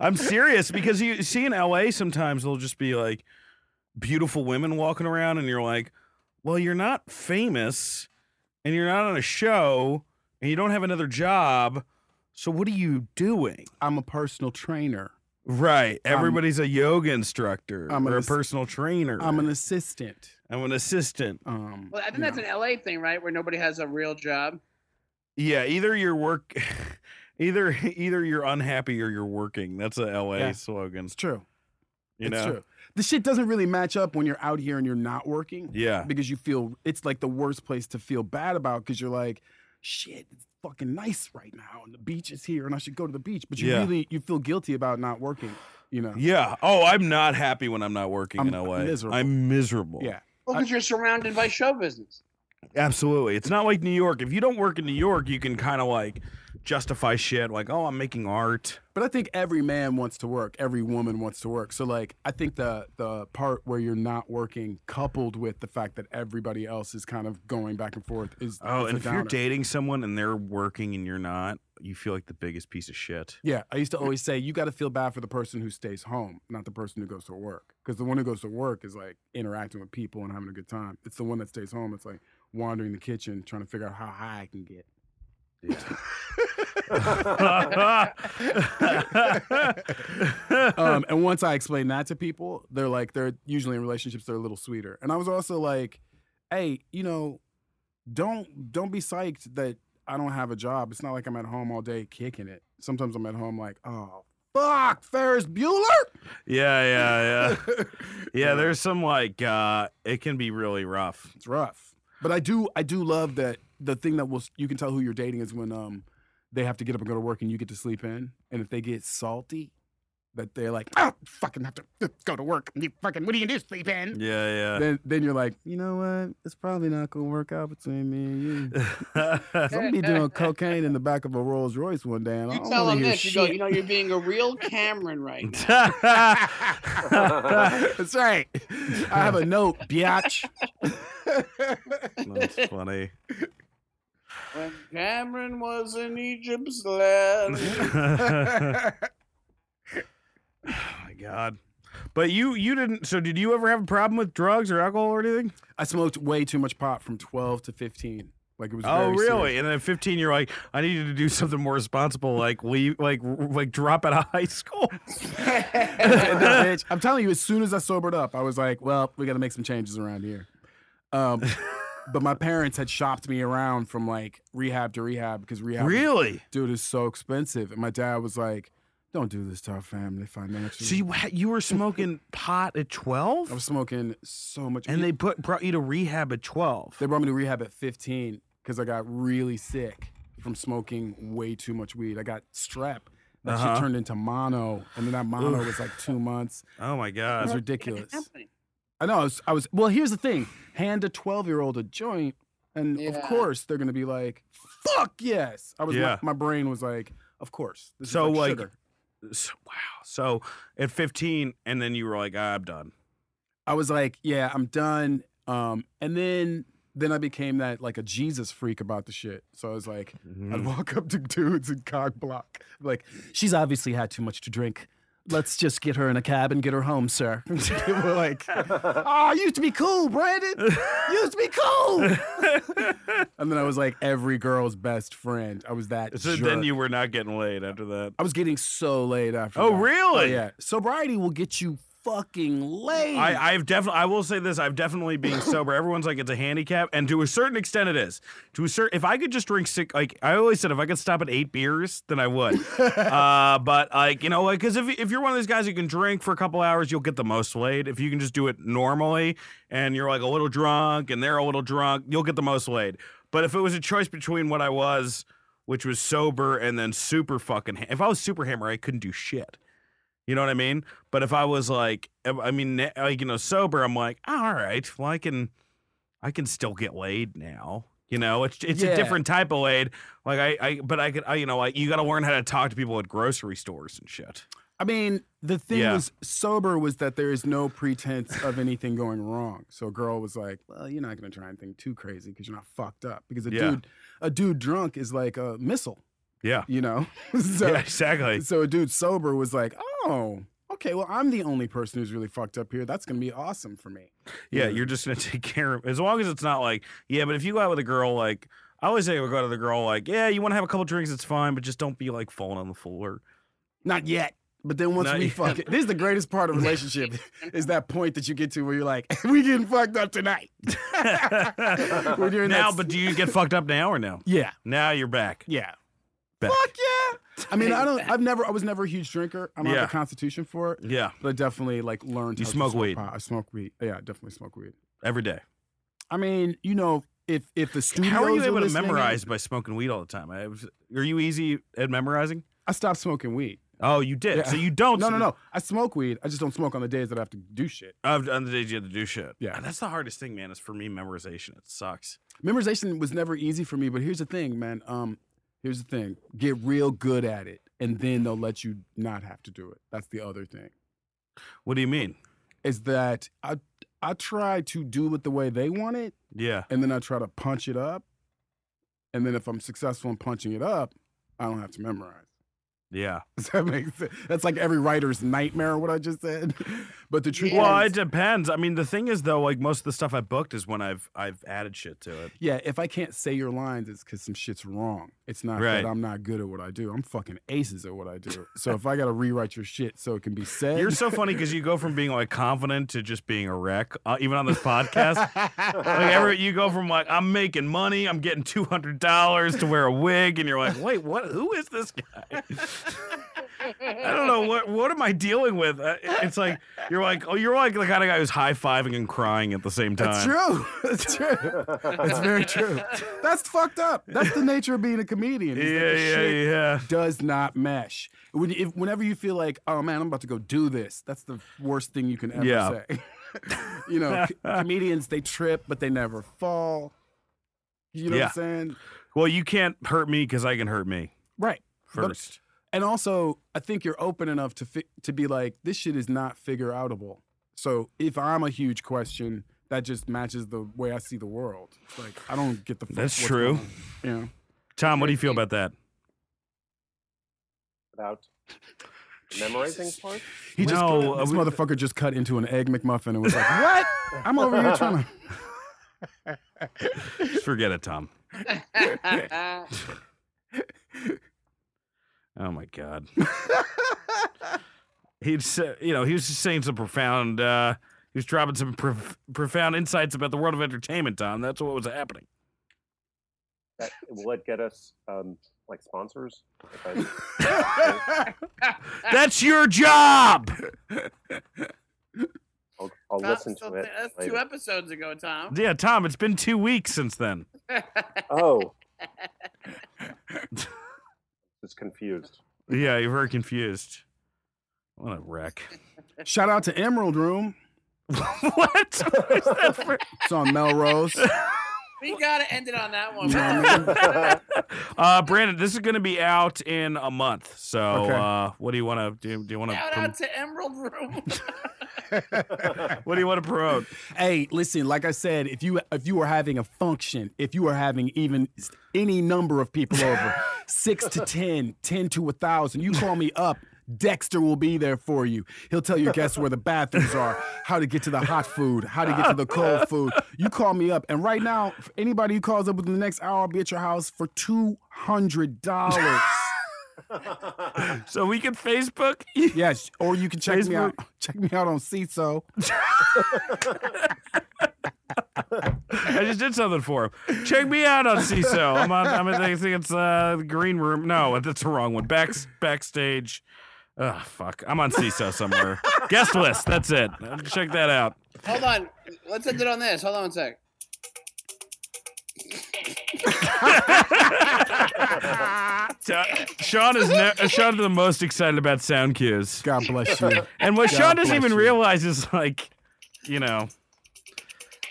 I'm serious because you see in LA sometimes they'll just be like beautiful women walking around, and you're like, well, you're not famous, and you're not on a show, and you don't have another job. So what are you doing? I'm a personal trainer. Right. I'm- Everybody's a yoga instructor I'm an or a ass- personal trainer. I'm an assistant. I'm an assistant. Um, Well, I think you that's know. an LA thing, right? Where nobody has a real job. Yeah, either you're work either either you're unhappy or you're working. That's a LA Yeah. slogan. It's true. You it's know? true. The shit doesn't really match up when you're out here and you're not working Yeah. because you feel it's like the worst place to feel bad about because you're like, shit, it's fucking nice right now and the beach is here and I should go to the beach, but you Yeah. really you feel guilty about not working. You know? Yeah. Oh, I'm not happy when I'm not working in I'm LA. miserable. I'm miserable. Yeah. Well, because you're surrounded by show business. Absolutely. It's not like New York. If you don't work in New York, you can kind of like justify shit like, "Oh, I'm making art." But I think every man wants to work, every woman wants to work. So like I think the the part where you're not working coupled with the fact that everybody else is kind of going back and forth is Oh, is and a if you're downer. dating someone and they're working and you're not, you feel like the biggest piece of shit. Yeah, I used to always say you got to feel bad for the person who stays home, not the person who goes to work. Because the one who goes to work is like interacting with people and having a good time. It's the one that stays home. It's like wandering the kitchen, trying to figure out how high I can get. Um, and once I explain that to people, they're like, they're usually in relationships they're a little sweeter. And I was also like, hey, you know, don't don't be psyched that I don't have a job. It's not like I'm at home all day kicking it. Sometimes I'm at home like, oh fuck, Ferris Bueller. Yeah, yeah, Uh, yeah. Yeah, Yeah. there's some like uh it can be really rough. It's rough. But I do I do love that the thing that will you can tell who you're dating is when um they have to get up and go to work and you get to sleep in. And if they get salty, that they're like, oh fucking have to go to work. You fucking what are you gonna do? Sleep in? Yeah, Then then you're like, you know what? It's probably not gonna work out between me and you. yeah. 'Cause I'm gonna be doing cocaine in the back of a Rolls Royce one day, and I You don't tell wanna them hear this, shit. you go, you know, you're being a real Cameron right now. That's right. I have a note, biatch. That's funny. When Cameron was in Egypt's land. Oh God. But you you didn't. So did you ever have a problem with drugs or alcohol or anything? I smoked way too much pot from 12 to 15. Like it was. Oh, very really? serious. And then at 15, you're like, I needed to do something more responsible, like leave, like like drop out of high school. No, bitch. I'm telling you, as soon as I sobered up, I was like, well, we got to make some changes around here. Um, but my parents had shopped me around from like rehab to rehab because rehab, Really? dude, is so expensive. And my dad was like, don't do this to our family financially. So you ha- you were smoking pot at I was 12, smoking so much. and they put brought you to rehab at 12. They brought me to rehab at 15 because I got really sick from smoking way too much weed. I got strep. That Uh-huh. shit turned into mono, and then that mono Oof. was like two months. Oh my It God. was What ridiculous. happening? I know. I was, I was. Well, here's the thing: hand a 12 year old a joint, and of Yeah. course they're gonna be like, "Fuck yes!" I was. Yeah. My, my brain was like, "Of course." This So, is like, like, sugar." So, wow. So at 15, and then you were like, ah, I'm done. I was like, yeah, I'm done. Um, and then then I became that like a Jesus freak about the shit. So I was like, Mm. I'd walk up to dudes and cock block. Like, she's obviously had too much to drink. Let's just get her in a cab and get her home, sir. People were like, ah, you used to be cool, Brandon. You used to be cool. and then I was like every girl's best friend. I was that. so jerk. then you were not getting laid after that. I was getting so laid after. Oh, that. really? yeah. Sobriety will get you fucking laid. I, I've definitely, I will say this, I've definitely being sober. Everyone's like, it's a handicap. And to a certain extent, it is. To a certain, if I could just drink six, like I always said, if I could stop at eight beers, then I would. uh, but like, you know, like, cause if, if you're one of those guys who can drink for a couple hours, you'll get the most laid. If you can just do it normally and you're like a little drunk and they're a little drunk, you'll get the most laid. But if it was a choice between what I was, which was sober and then super fucking, ha- if I was super hammer, I couldn't do shit. You know what I mean? But if I was like, if- I mean, na- like you know, sober, I'm like, "Ah, all right, well, I can, I can still get laid now. You know, it's it's Yeah. a different type of laid. Like I, I, but I could, I, you know, like you got to learn how to talk to people at grocery stores and shit. I mean, the thing Yeah. was sober was that there is no pretense of anything going wrong. So a girl was like, "Well, you're not gonna try anything too crazy because you're not fucked up." Because a Yeah. dude, a dude drunk is like a missile, Yeah, you know. so, yeah, exactly. so a dude sober was like, "Oh, okay. Well, I'm the only person who's really fucked up here. That's gonna be awesome for me." Yeah, Yeah. you're just gonna take care of as long as it's not like yeah. But if you go out with a girl, like I always say, we go out with a girl, like yeah, you want to have a couple drinks, it's fine, but just don't be like falling on the floor. Not yet. But then once Not we yet. fuck it, this is the greatest part of relationship is that point that you get to where you're like, we getting fucked up tonight. When you're in that now, s- but do you get fucked up now or no? yeah, Now you're back. yeah. Back. Fuck yeah! I mean, I don't. I've never. I was never a huge drinker. I don't Yeah. have the constitution for it, Yeah, but I definitely like learned. You how to smoke weed? pot. I smoke weed. Yeah, I definitely smoke weed. every day. I mean, you know, if if the studios How are you able to listening in- memorize by smoking weed all the time? I was- are you easy at memorizing? I stopped smoking weed. Oh, you did. Yeah. So you don't. No, no, no. I smoke weed. I just don't smoke on the days that I have to do shit. I've done the days you had to do shit. Yeah. And that's the hardest thing, man. Is for me memorization. It sucks. Memorization was never easy for me, but here's the thing, man. Um, here's the thing. Get real good at it, and then they'll let you not have to do it. That's the other thing. What do you mean? Is that I I try to do it the way they want it. Yeah. and then I try to punch it up. And then if I'm successful in punching it up, I don't have to memorize. Yeah. Does that make sense? That's like every writer's nightmare, what I just said. But the truth Well, is, it depends. I mean, the thing is though, like most of the stuff I booked is when I've I've added shit to it. yeah, if I can't say your lines, it's because some shit's wrong. It's not Right. that I'm not good at what I do. I'm fucking aces at what I do. so if I got to rewrite your shit so it can be said, You're so funny because you go from being like confident to just being a wreck, uh, even on this podcast. Like every, you go from like I'm making money, I'm getting two hundred dollars to wear a wig, and you're like, wait, what? Who is this guy? I don't know what what am I dealing with? Uh, It's like you're like oh, you're like the kind of guy who's high fiving and crying at the same time. That's true. That's true. That's very true. That's fucked up. That's the nature of being a comedian. Yeah, is that the yeah, shit yeah. does not mesh. When, if, whenever you feel like, oh man, I'm about to go do this, that's the worst thing you can ever Yeah. say. you know, c- comedians, they trip, but they never fall. You know Yeah. what I'm saying? Well, you can't hurt me because I can hurt me Right. But- first. and also, I think you're open enough to fi- to be like, this shit is not figure outable. So if I'm a huge question, that just matches the way I see the world. It's like, I don't get the fuck That's what's true. going on, You know? Tom, what do you feel about that? Without memorizing part. He just No, uh, this we- motherfucker just cut into an egg McMuffin and was like, "What? I'm over here trying to." Just forget it, Tom. Oh my God. He'd said, you know, he was just saying some profound. uh He was dropping some prof- profound insights about the world of entertainment, Tom. That's what was happening. That, will it get us um, like sponsors? If I- That's your job. I'll, I'll Tom, listen so to it. th- That's two later. episodes ago, Tom. Yeah, Tom. It's been two weeks since then. Oh, just confused. Yeah, you're very confused. What a wreck. Shout out to Emerald Room. what? What is that for- It's on Melrose. we gotta end it on that one. No, bro. uh, Brandon, this is going to be out in a month. So, Okay. uh, what do you want to do? Do you want Shout out to? to Emerald Room. What do you want to promote? hey, listen, like I said, if you if you are having a function, if you are having even s- any number of people over, six to 10, 10 to a thousand, you call me up. Dexter will be there for you. He'll tell your guests where the bathrooms are, how to get to the hot food, how to get to the cold food. You call me up, and right now, f- anybody who calls up within the next hour, I'll be at your house for two hundred dollars. So we can Facebook. yes, or you can check me out. Check me out on CISO. I just did something for him. Check me out on CISO. I'm on. I'm in, I think it's uh, the green room. No, that's the wrong one. Back backstage. Oh fuck! I'm on CISO somewhere. Guest list. That's it. Check that out. Hold on. Let's end it on this. Hold on one sec. Ta- Sean is ne- uh, Sean is the most excited about sound cues. God bless you. And what God Sean doesn't bless even you. realize is like, you know.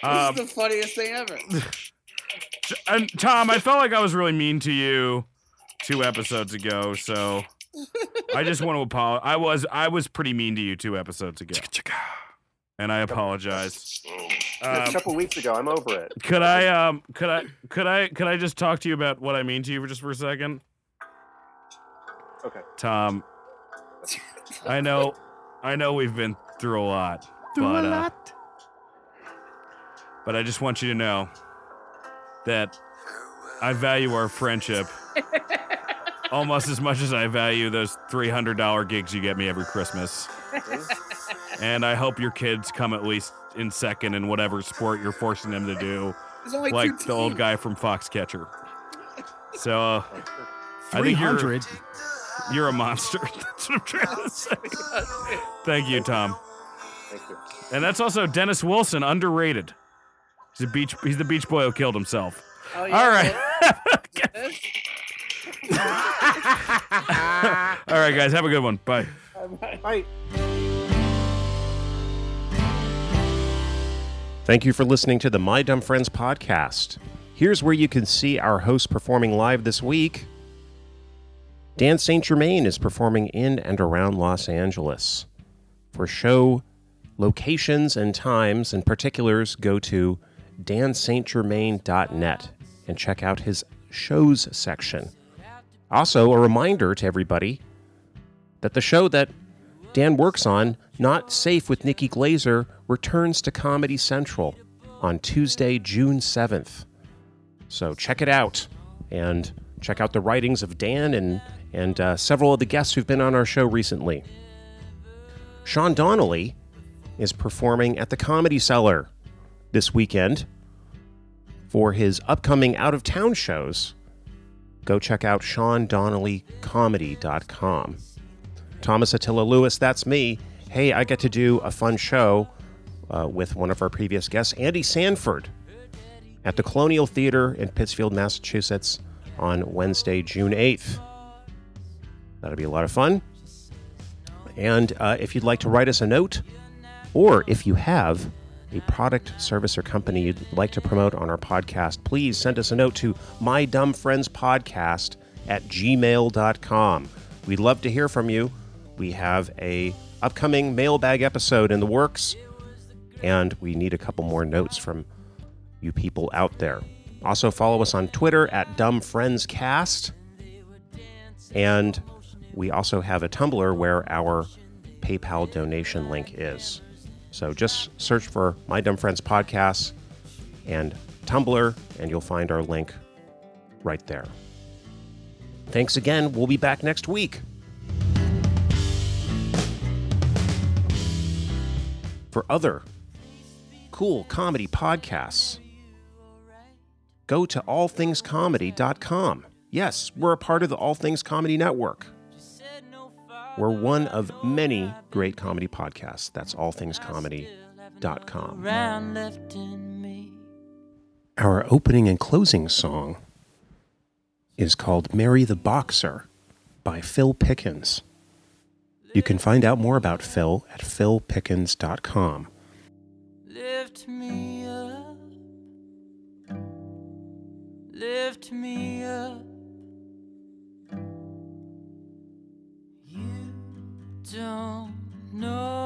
This Um, is the funniest thing ever. and Tom, I felt like I was really mean to you two episodes ago, so I just want to apologize. I was I was pretty mean to you two episodes ago, and I apologize. a Um, couple weeks ago, I'm over it. could I um could I could I could I just talk to you about what I mean to you for just for a second? Okay. Tom, I know I know we've been through a lot, but uh, but I just want you to know that I value our friendship almost as much as I value those $300 gigs you get me every Christmas. And I hope your kids come at least in second in whatever sport you're forcing them to do, There's only like two the old teams. guy from Foxcatcher. So uh, I Three think you're, hundred. you're a monster. That's what I'm trying to say. Thank you, Tom. Thank you. And that's also Dennis Wilson, underrated. He's a beach. He's the beach boy who killed himself. Oh, yeah, All right. well, All right, guys. Have a good one. Bye. Thank you for listening to the My Dumb Friends podcast. Here's where you can see our hosts performing live this week. Dan St. Germain is performing in and around Los Angeles. For show locations and times and particulars, go to danstgermain.net and check out his shows section. Also, a reminder to everybody that the show that Dan works on Not Safe with Nikki Glazer returns to Comedy Central on Tuesday, June 7th. So check it out and check out the writings of Dan and, and uh, several of the guests who've been on our show recently. Sean Donnelly is performing at the Comedy Cellar this weekend for his upcoming out of town shows. Go check out SeanDonnellyComedy.com. Thomas Attila Lewis, that's me. Hey, I get to do a fun show uh, with one of our previous guests, Andy Sanford, at the Colonial Theater in Pittsfield, Massachusetts on Wednesday, June 8th. That'll be a lot of fun. And uh, if you'd like to write us a note, or if you have a product, service, or company you'd like to promote on our podcast, please send us a note to mydumbfriendspodcast at gmail.com. We'd love to hear from you. We have a upcoming mailbag episode in the works, and we need a couple more notes from you people out there. Also follow us on Twitter at dumbfriendscast and We also have a Tumblr where our PayPal donation link is. So just search for My Dumb Friends Podcast and Tumblr, and you'll find our link right there. Thanks again. We'll be back next week. For other cool comedy podcasts, go to allthingscomedy.com. Yes, we're a part of the All Things Comedy Network. We're one of many great comedy podcasts. That's allthingscomedy.com. Around left in me. Our opening and closing song is called Mary the Boxer by Phil Pickens. You can find out more about Phil at philpickens.com. Lift me up. Lift me up. You don't know.